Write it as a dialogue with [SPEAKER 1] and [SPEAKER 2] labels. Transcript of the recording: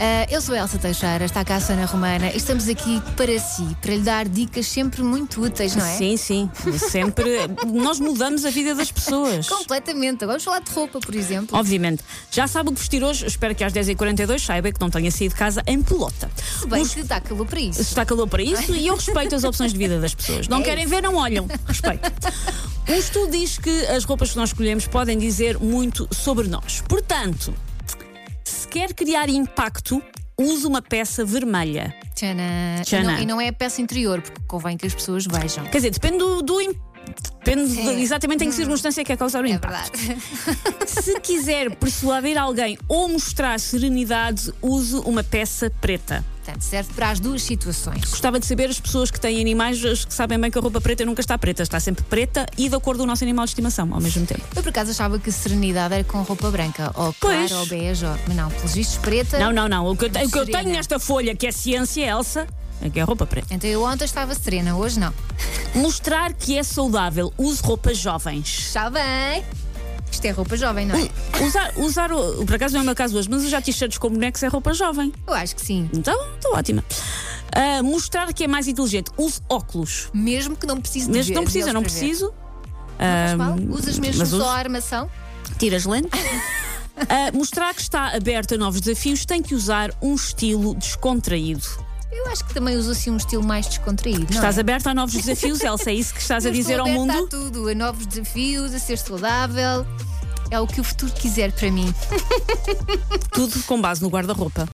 [SPEAKER 1] Ah, eu sou a Elsa Teixeira, está cá a Sona Romana. Estamos aqui para si, para lhe dar dicas sempre muito úteis, não é?
[SPEAKER 2] Sim, sim. Sempre. Nós mudamos a vida das pessoas.
[SPEAKER 1] Completamente. Agora vamos falar de roupa, por exemplo.
[SPEAKER 2] Obviamente. Já sabe o que vestir hoje. Espero que às 10h42 saiba que não tenha saído de casa em pelota.
[SPEAKER 1] Se bem que está calor para isso.
[SPEAKER 2] Está calor para isso e eu respeito as opções de vida das pessoas.
[SPEAKER 1] É
[SPEAKER 2] Não querem ver, não olham. Respeito. Um estudo diz que as roupas que nós escolhemos podem dizer muito sobre nós. Portanto, se quer criar impacto, use uma peça vermelha.
[SPEAKER 1] Tchanã. E,
[SPEAKER 2] Tchanã.
[SPEAKER 1] não, e não é a peça interior, porque convém que as pessoas vejam.
[SPEAKER 2] Quer dizer, depende do. do im- Depende
[SPEAKER 1] É.
[SPEAKER 2] de- exatamente em que circunstância quer causar o
[SPEAKER 1] É
[SPEAKER 2] impacto.
[SPEAKER 1] verdade.
[SPEAKER 2] Se quiser persuadir alguém ou mostrar serenidade, use uma peça preta.
[SPEAKER 1] Portanto, serve para as duas situações.
[SPEAKER 2] Gostava de saber as pessoas que têm animais, as que sabem bem que a roupa preta nunca está preta, está sempre preta e da cor do nosso animal de estimação ao mesmo tempo.
[SPEAKER 1] Eu por acaso achava que serenidade era com roupa branca, ou
[SPEAKER 2] Pois.
[SPEAKER 1] clara, ou bege, ou... mas não, pelos vistos preta.
[SPEAKER 2] Não, não, não. O que eu, te- o que eu tenho
[SPEAKER 1] Serena.
[SPEAKER 2] nesta folha, que é ciência, Elsa, é que é roupa preta.
[SPEAKER 1] Então eu ontem estava serena, hoje não.
[SPEAKER 2] Mostrar que é saudável, use roupas jovens.
[SPEAKER 1] Está bem. Isto é roupa jovem, não é?
[SPEAKER 2] Usar, usar o, por acaso não é o meu caso hoje, mas usar t-shirts com bonecos é roupa jovem.
[SPEAKER 1] Eu acho que sim.
[SPEAKER 2] Então, estou ótima. Ah, mostrar que é mais inteligente, use óculos.
[SPEAKER 1] Mesmo que não precise de
[SPEAKER 2] Mesmo
[SPEAKER 1] ver
[SPEAKER 2] não precisa,
[SPEAKER 1] deles
[SPEAKER 2] não
[SPEAKER 1] para ver.
[SPEAKER 2] preciso.
[SPEAKER 1] Faz mal?
[SPEAKER 2] Ah,
[SPEAKER 1] Usas mesmo
[SPEAKER 2] mas
[SPEAKER 1] só
[SPEAKER 2] uso.
[SPEAKER 1] a armação?
[SPEAKER 2] Tira as lentes. Ah, mostrar que está aberto a novos desafios tem que usar um estilo descontraído.
[SPEAKER 1] Eu acho que também uso assim um estilo mais descontraído. não
[SPEAKER 2] Estás
[SPEAKER 1] é?
[SPEAKER 2] aberto a novos desafios, Elsa? É isso que estás a
[SPEAKER 1] Eu
[SPEAKER 2] dizer
[SPEAKER 1] estou
[SPEAKER 2] ao
[SPEAKER 1] aberta A
[SPEAKER 2] mundo?
[SPEAKER 1] tudo, a novos desafios, a ser saudável. É o que o futuro quiser para mim.
[SPEAKER 2] Tudo com base no guarda-roupa.